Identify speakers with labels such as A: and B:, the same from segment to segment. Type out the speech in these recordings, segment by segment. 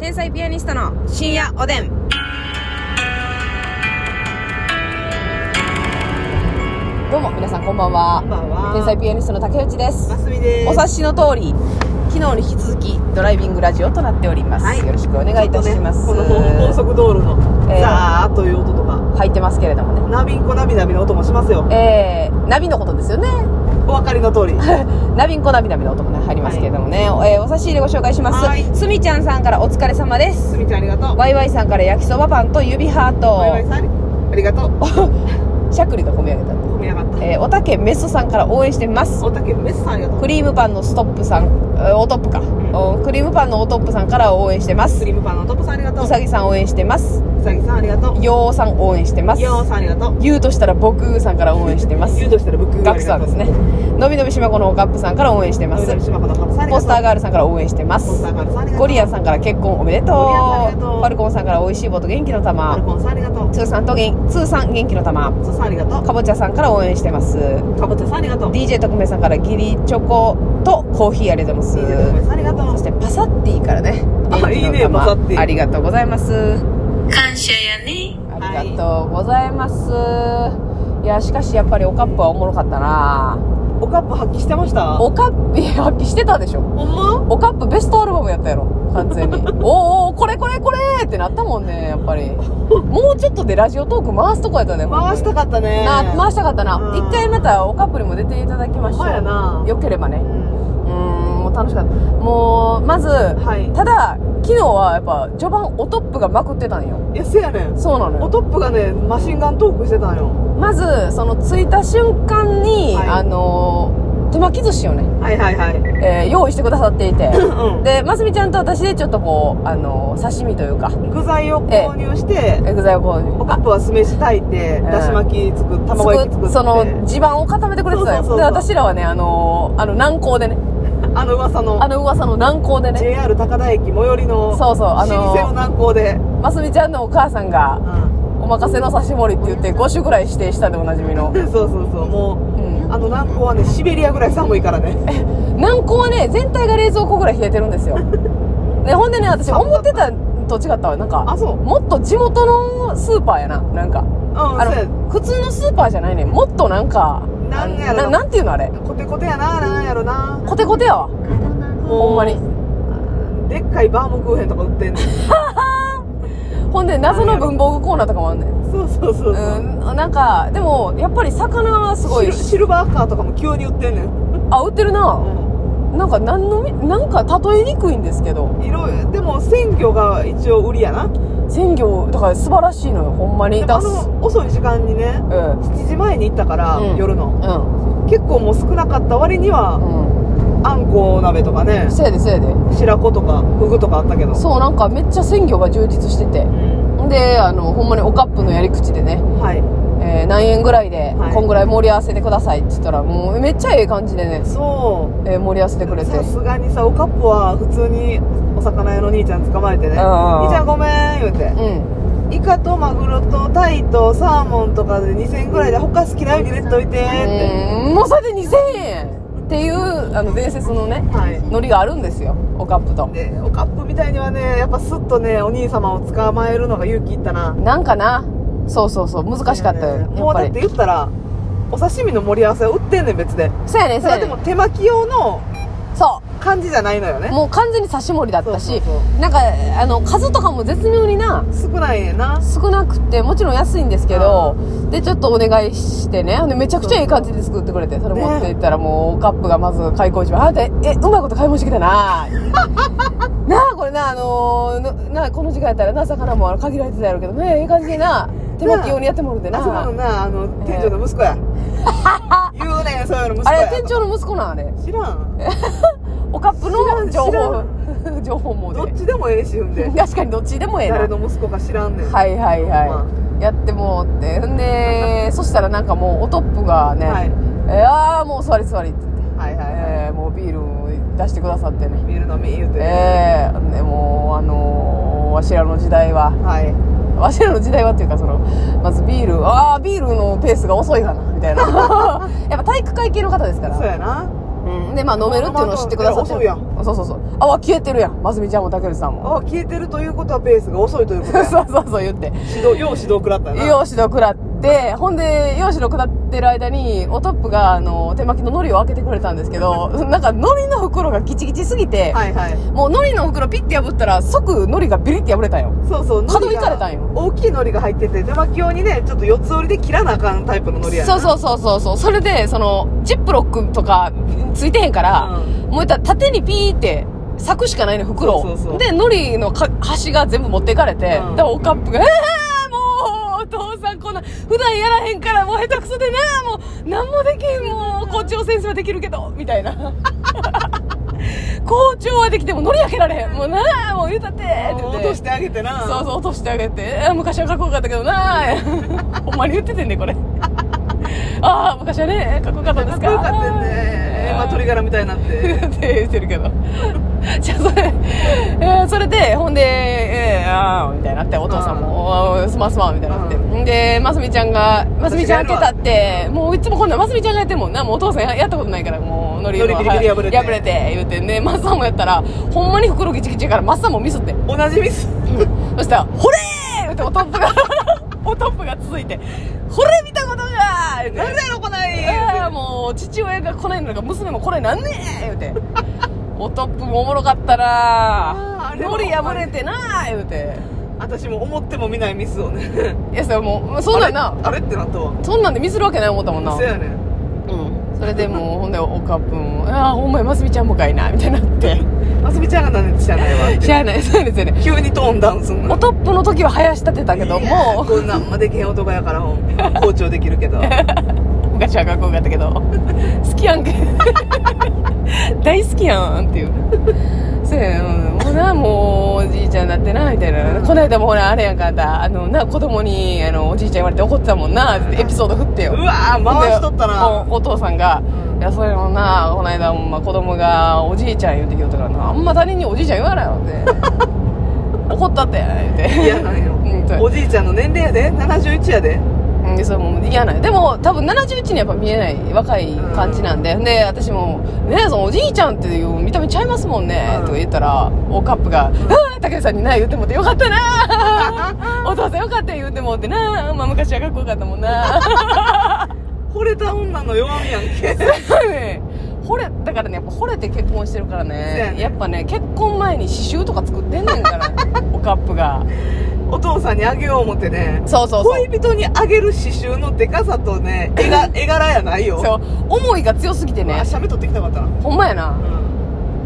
A: 天才ピアニストの深夜おでん。どうも皆さんこんばんは。
B: こんばんは
A: 天才ピアニストの竹内です。
B: ますみです
A: お察しの通り、昨日に引き続きドライビングラジオとなっております。
B: はい
A: よろしくお願いいたします。
B: ちょっとねこの高速道路の
A: えー
B: ザーッという音とか、
A: 入ってますけれどもね。
B: ナビンコナビナビの音もしますよ
A: えー、ナビのことですよね。
B: お分かりの通りは
A: ナビンコナビナビの音もね入りますけれどもね。えーお差し入れご紹介します。
B: はい
A: すみちゃんさんからお疲れ様です。
B: すみちゃんありがとう
A: ワイワイさんから焼きそばパンと指ハート。
B: ワイワイさんありがとう
A: しゃくりが込み上げた。
B: 褒めやがっ
A: えーおたけメッソさんから応援してます
B: たおたけメスさんありがとう
A: クリームパンのストップさんえーおトップか、
B: ん
A: おクリームパンのおトップさんから応援してま
B: ス
A: す
B: リムパンのトップさんありがとう
A: うさぎさん応援してます
B: うさぎさんありがとう
A: ようさん応援してます
B: ようさんありがとう
A: ゆうとしたら僕さんから応援してます
B: 言うとしたら僕
A: ガクさんですねのびのびしまこのおかっぷさんから応援してます
B: しまこのカブさんありがと
A: ポ
B: う
A: スターガールさんから応援してます
B: ポスターガールさんありがとう
A: ゴリアンさんから結婚おめでとう
B: ゴリアンさんありがとう
A: ファルコンさんからおいしい棒と元気の
B: アル
A: 玉
B: コンさんありがとう
A: ツーさんとげんツーさん元気の玉
B: ツーさんありがとう
A: かぼちゃさんから応援してます
B: かぼちゃさんありがとう
A: DJ 特命さんからギリチョコとコーヒーありがとうございま
B: DJ 特
A: す
B: 命さんありがと
A: そうしてパサッティからね
B: あいいね
A: 元気の玉
B: パサッティ
A: ありがとうございます
C: 感謝やね
A: ありがとうございます、い、やしかしやっぱりおカップはおもろかったな
B: おカップ発揮してました
A: おカップいや発揮してたでしょ
B: ほんま
A: おカップベストアルバムやったやろ完全 におーおーこれこれこれってなったもんねやっぱりもうちょっとでラジオトーク回すとこやったね
B: 回した
A: か
B: かったね
A: な回したかったな
B: うん
A: 一回またおカップにも出ていただきましょ
B: ほんまやな
A: うよければね
B: うん
A: うーんもう楽しかったもうまず
B: はい
A: ただ昨日はやっぱ序盤おトップがまくってたんよ
B: いやせやねん
A: そうなの
B: お
A: よ
B: トップがねマシンガントークしてたんよ
A: まずその着いた瞬間に、
B: はい
A: あのー手巻き寿司をね、
B: はいはいはい
A: えー用意してくださっていて
B: う
A: でますみちゃんと私でちょっとこう、あのー刺身というか
B: ん具材を購入して
A: 具材をこう
B: おカップは酢飯炊いて
A: ん
B: だし巻き作って卵焼き作って
A: その地盤を固めてくれてたよ
B: そうそうそうそう
A: で私らはねあのーあの難航でね
B: あの噂の
A: あの噂の難航でね
B: JR 高田駅最寄りの
A: そうそうあ
B: 老舗の
A: の
B: 南港で
A: ーますみちゃんのお母さんがお任せの刺し盛りって言って5種ぐらい指定したでおなじみの
B: うんそうそうそうも
A: うん
B: うあの南港はねシベリアぐらい寒いからね
A: 軟膏はね全体が冷蔵庫ぐらい冷えてるんですよでほんでね私思ってたんと違ったわなんか
B: あそううん
A: もっと地元のスーパーやななんかあ
B: そうや
A: の普通のスーパーじゃないねもっとなんか
B: なんやろ
A: ななんていうのあれ
B: コテコテやななんやろな
A: コテコテやわほんまに
B: でっかいバームクーヘンとか売ってんねん
A: ほんで謎の文房具コーナーとかもあんねん
B: そうそうそううそう、
A: んなんかでもやっぱり魚はすごい
B: シルシルバーカーとかも急に売ってんねん、
A: あ売ってるな
B: う
A: なんか何のみなんか例えにくいんですけど
B: ん、色々でも鮮魚が一応売りやな
A: 鮮魚だから素晴らしいのよほんまに
B: でも
A: だ
B: あ
A: す
B: の遅い時間にね
A: うん
B: 7時前に行ったから、
A: うん
B: 夜の
A: う
B: 結構もう少なかった割には、
A: んうん
B: あんこ鍋とかね
A: せやでせやで
B: 白子とかフグとかあったけど
A: そうなんかめっちゃ鮮魚が充実してて
B: うん
A: であのほんまにおカップのやり口でね、
B: はい
A: えー何円ぐらいで、
B: はい
A: こんぐらい盛り合わせてくださいって言ったらもうめっちゃええ感じでね、
B: そ
A: えー盛り合わせてくれ
B: う
A: て
B: さすがにさおカップは普通にお魚屋の兄ちゃん捕まえてね「
A: あー
B: 兄ちゃんごめん」言うて
A: うん
B: イカとマグロとタイとサーモンとかで2000円ぐらいで他好きなように入れといてって、
A: うんもうそれで2000円っていうあの伝説のね
B: はい
A: ノリがあるんですよおカップと
B: でおカップみたいにはねやっぱスッとねお兄様を捕まえるのが勇気いったな
A: なんかなそうそうそう難しかったよや
B: も
A: っ
B: う
A: ぱ
B: だっ
A: り
B: て言ったらお刺身の盛り合わせ売ってんねん別で
A: そうやね
B: そ
A: そうや
B: れは
A: ね
B: でも手巻き用の
A: そ
B: 感じじゃないのよ
A: う
B: ね
A: もう完全に刺し盛りだったし
B: そうそう
A: なんかあの数とかも絶妙にな
B: 少ないねんな
A: 少なくてもちろん安いんですけどでちょっとお願いしてねでめちゃくちゃいい感じで作ってくれてそれ持っていったらもうカップがまず開口一番あなたえうまいこと買い物してきた ななあこれなあのーななこの時間やったらな魚もあの限られてたやろうけどねええ感じでな手巻き用にやってもらって
B: あそうなの
A: な
B: なあの店長の息 子や、言うねんそういうの息子
A: あ
B: や
A: れ店長の息子なんあれ
B: 知らん
A: おカップの情
B: 知ら
A: 報情報網
B: どっ
A: で
B: ちでもええし踏んで
A: 確かにどっちでもええな
B: 誰の息子か知らんねん
A: はいはいは
B: ま
A: いやってもうってん でそしたらなんかもうおトップがね、
B: はい
A: えーああもう座り座りって言って、
B: はいはいはい
A: えーもうビールを出してくださってね
B: ビール飲み言うて、
A: ええでもうあのーわしらの時代は
B: はい
A: わしらの時代はっていうかそのまずビールああビールのペースが遅いかなみ たいなやっぱ体育会系の方ですか
B: そう
A: ら、
B: やな
A: うん、でまあ飲めるっていうのを知ってくださって
B: 遅いやん
A: そうそうそう泡消えてるやんますみちゃんもたけるさんも
B: あ消えてるということはペースが遅いというこ と
A: そう
B: や
A: そうそう言って
B: 指導要指導食らったな
A: 容姿の食らってほんで容姿の食らってる間におトップがあの手巻きの海苔を開けてくれたんですけどなんか海苔の袋がギチギチすぎて、
B: はいはい
A: もう海苔の袋ピッて破ったら即海苔がビリッて破れたんよ
B: そうそう
A: 角
B: 海苔
A: 行かれたんよ
B: 大きい海苔が入ってて手巻き用にねちょっと四つ折りで切らなあかんタイプの海苔やな
A: そうそうそうそうそうそれでそのジップロックとかついてへんから、
B: う
A: もういったら縦にピーって裂くしかないの袋を
B: そうそうそう
A: で海苔のか端が全部持っていかれて、
B: うん
A: でおカップが「えー、もうお父さんこんな普段やらへんからもう下手くそでなもう何もできへんもう校長先生はできるけど」みたいな 校長はできても海苔開けられへんもうなあもう言うたってって言っ
B: 落
A: て
B: としてあげてな
A: そうそう落としてあげてえー昔はかっこよかったけどな ほんまに言っててんねこれ ああ昔はねかっこよかったんで
B: か
A: す
B: っ
A: か
B: こよかったよねまあ鳥柄みたいになっ て
A: って言ってるけどじゃあそれ、えーそれでほんで、えー、ああみたいになってお父さんも「おーすまんすまん」みたいになって、ん、でますみちゃんが「ますみちゃん開けたってもういつもこんなんますみちゃんがやってんもんなもうお父さんややったことないからもうのり
B: 海苔ビリビリ破れて
A: 破れて言うてねマッサンもやったらほんまに袋ギチギチやからマッサンもミス って
B: 同じミス
A: そしたら「ほれー!」っておトップが おトップが続いて「ほれ見たことが!」言うて
B: 何だよこない
A: ああもう父親が来ないのが娘も来ないなんねえ言うておトップもおもろかった
B: あー
A: な
B: あれは
A: ノリ破れてな言うて
B: 私も思っても見ないミスをね
A: いやそれもうそんなんな
B: あれあれってなったわ
A: そんなんで見せるわけない思ったもんな
B: そうやねん
A: うんそれでもうほんでおかっぷんも「ああほんまやますみちゃんもかいな」みたいになって
B: ますみちゃんがなんで知らないわっ
A: 知
B: て
A: らないそうですよね
B: 急にトーンダウンすん
A: お
B: の
A: トップの時は林立てたけども
B: こんなんまでけへん男やからほんま校長できる けど
A: 昔はかっこよかったけど好きやんけ 大好きやんっていうそうやんもうなもうおじいちゃんになってなみたいなこないだもほらあれやんかあんたあのな子供にあのおじいちゃん言われて怒ってたもんなってエピソード振って
B: う
A: よ
B: わー回しとったな
A: ほんでおお父さんが「いやそれもなこないだほんま子供がおじいちゃん言うてきよったからなあんま他人におじいちゃん言わないよ」って 怒ったって言うて
B: 嫌なんよ
A: うんそう
B: おじいちゃんの年齢やで71やで
A: うんでそれもう嫌なんやでも多分71にやっぱ見えない若い感じなんで、で私も「ねえそのおじいちゃんっていう見た目ちゃいますもんね」
B: うん
A: とか言ったらおカップが「ああ武さんにな言うてもってよかった なお父さんよかった言うてもってなまあ昔はかっこよかったもんな」
B: 惚れた女の弱みやんけ
A: ね惚れだからねやっぱ惚れて結婚してるから
B: そうや
A: ね
B: ね
A: やっぱね結婚前に刺繍とか作ってんねんから おカップが
B: お父さんにあげよう思ってね
A: そうそうそう
B: 恋人にあげる刺繍のでかさとね 絵が絵柄やないよ
A: そう思いが強すぎて
B: あ
A: ね
B: 写メ撮ってきたかったな
A: ほんまやな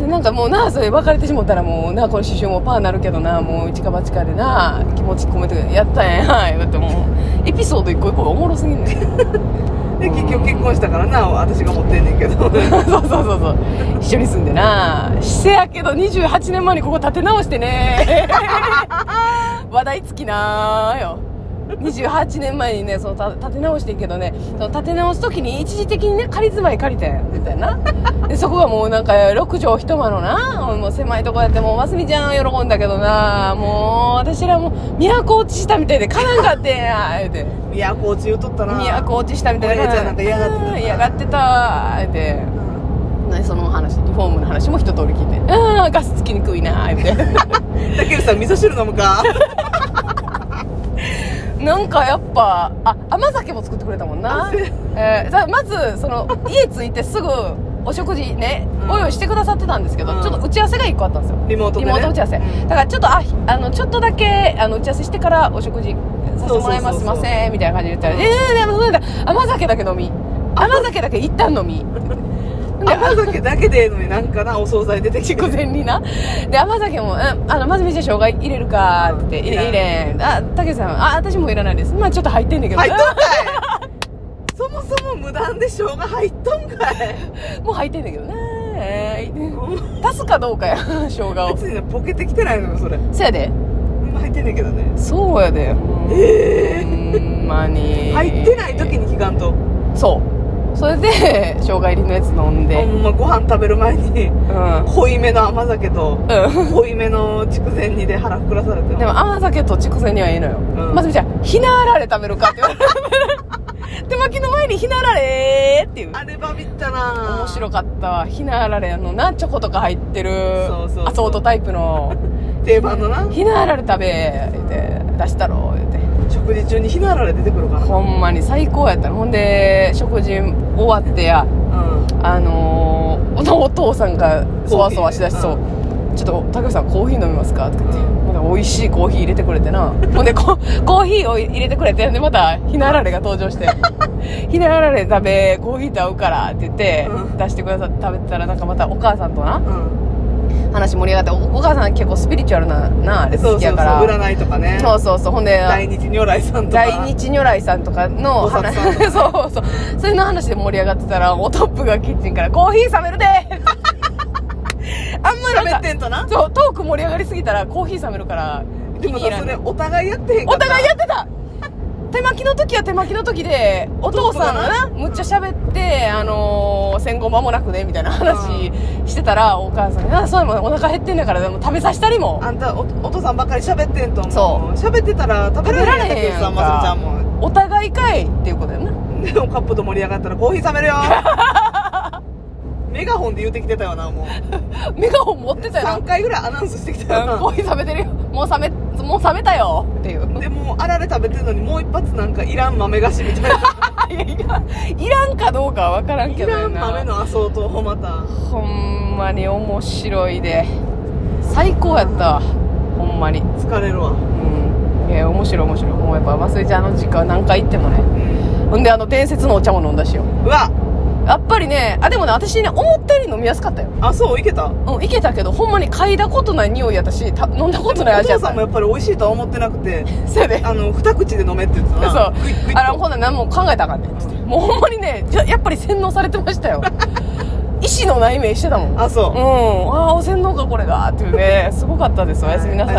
A: でなんかもうなそれ別れてしもったらもうなこの刺繍もパーなるけどなもう一か八かでな気持ち込めてやったんやんだってもうエピソード一個一個がおもろすぎんねん
B: で結局結婚したからな私が持ってんねんけ ど
A: そうそうそうそう一緒に住んでなせやけど28年前にここ建て直してね 話題尽きなーよ28年前にねそのた建て直してんけどねその建て直す時に一時的にね仮住まい借りてんみたいなでそこがもうなんか6畳一間のなもう狭いとこやってもうますみちゃん喜んだけどなもう私らもう都落ちしたみたいでかなんかってんや言うて
B: いやコーチ言うとったな
A: 都落ちしたみたいで
B: お姉ちゃんなんか嫌がって
A: う
B: た
A: ん嫌がってた言うてねその話リフォームの話も一通り聞いて「ああガスつきにくいな」みたいな
B: たけるさん味噌汁飲むか
A: なんかやっぱあ甘酒も作ってくれたもんな
B: あ そう、
A: えー、さまずその家着いてすぐお食事ね、
B: うん
A: ご用意してくださってたんですけど、
B: うん
A: ちょっと打ち合わせが1個あったんですよ
B: リモートでね
A: 打ち合わせ、
B: うん
A: だからちょっとあひあのちょっとだけあの打ち合わせしてからお食事させてもらいます
B: そうそうそうそう
A: すいませんみたいな感じで言ったら「ええー、そうだ甘酒だけ飲み甘酒だけ一旦飲み」で
B: 甘酒だけでええのになんかなお惣菜出てきて
A: 午前になで甘酒も「うんあのまずみじゃ生姜入れるか」って言って「
B: うん
A: 入れ入れん」あ「たけさんあ私もいらないです」まあちょっと入ってんだけど、
B: 入っとんかいそもそも無断で生姜入っとんか い
A: もう入ってんだけどねえー足すかどうかや 生姜を
B: 別にねボケてきてないのよそれ
A: そやで
B: 今入ってんねんけどね
A: そうやでええほんまに
B: 入ってない時に聞かんと
A: そうそれで生姜入りのやつ飲ん
B: ほ
A: で
B: んまご飯食べる前に
A: うん、
B: 濃いめの甘酒と
A: う
B: 濃いめの筑前煮で腹膨らされて
A: ん、でも甘酒と筑前にはいいのよ、
B: ん
A: まずみちゃん「ひなあられ食べるか」って言われて 手巻きの前に「ひなあられ」っていう
B: あれバビったな
A: 面白
B: く
A: かったわひなあられのなチョコとか入ってる
B: そうそうそう
A: アソートタイプ の
B: 定番のな
A: 「ひなあられ食べ」言って出したろ言って
B: 食事中にひなあられ出てくるから
A: ほんまに最高やったのほんで食事終わってや
B: うん
A: あのー、お父さんがそわそわしだしそう
B: コーヒ
A: ちょっと「竹内さんコーヒー飲みますか?」とか言ってまた美味しいコーヒー入れてくれてなほんでこコーヒーを入れてくれてでまたひなあられが登場 して「ひなあられ食べコーヒーと合うから」って言って
B: うん
A: 出してくださって食べてたらなんかまたお母さんとな
B: うん
A: 話盛り上がっておお母さん結構スピリチュアルななあれ
B: そ
A: 好き
B: うそうそ
A: や
B: う
A: から
B: 占いとかね
A: そうそうそうほんで
B: 大日如来さんとか
A: 大日如来さんとかの
B: 菩薩
A: 話
B: さん
A: そうそうそれの話で盛り上がってたらおトップがキッチンから「コーヒー冷めるで! 」あんまり
B: 喋
A: な
B: っ
A: んか
B: てんとな
A: そうトーク盛り上がりすぎたらコーヒー冷めるから
B: で
A: 気
B: も
A: に入
B: さ
A: ら
B: そ
A: んね
B: れお互いやってへん
A: お
B: から
A: 互いやってた手巻きの時は手巻きの時でお父さんがな
B: お父さん
A: むっちゃ喋って、あのー戦後間もなくねみたいな話してたらお母さんが「あそうやもんお腹減ってんだからでも食べさせたりも
B: あんたおお父さんばっかり喋ってんと思う
A: そ
B: 喋ってたら食べられへんや
A: 食べられへん
B: ん
A: やん
B: さ
A: か
B: まさみちゃんも
A: お互いかい」っていうことやな
B: でもカップと盛り上がったらコーヒー冷 めるよメガホンで言うてきてたよなもう
A: メガホン持ってたよな
B: 3回ぐらいアナウンスしてきたよ
A: うんコー
B: な
A: ヒー冷めてるよもう冷めもう冷めたよっていう
B: でもうあられ食べてんのにもう一発なんかいらん豆菓子み たいな
A: いやいらんいらんかどうかは分からん
B: い
A: けど
B: ら
A: や
B: ん
A: な
B: 豆のアソートをまた
A: ほんまに面白いで最高やったわほんまに
B: 疲れるわ
A: うんいや面白い面白いもうやっぱ忘れちゃんの時間何回行ってもねほんであの伝説のお茶も飲んだしよ
B: うわ
A: やっぱりねあでもね私ね思ったより飲みやすかったよ
B: あそういけた
A: うんいけたけどほんまに嗅いだことない匂いやったした飲んだことない
B: お
A: 味や
B: 父
A: った
B: さんもやっぱり美味しいとは思ってなくて
A: せやで
B: あの二口で飲めって言ってたな
A: そう
B: グイッグイッと
A: あらほんなら何も考えたらあかんねんっつってもうほんまにねじゃやっぱり洗脳されてま したよ意志のない目してたもん
B: あそう
A: うんああお洗脳かこれがっていうねすごかったですおやすみなさい、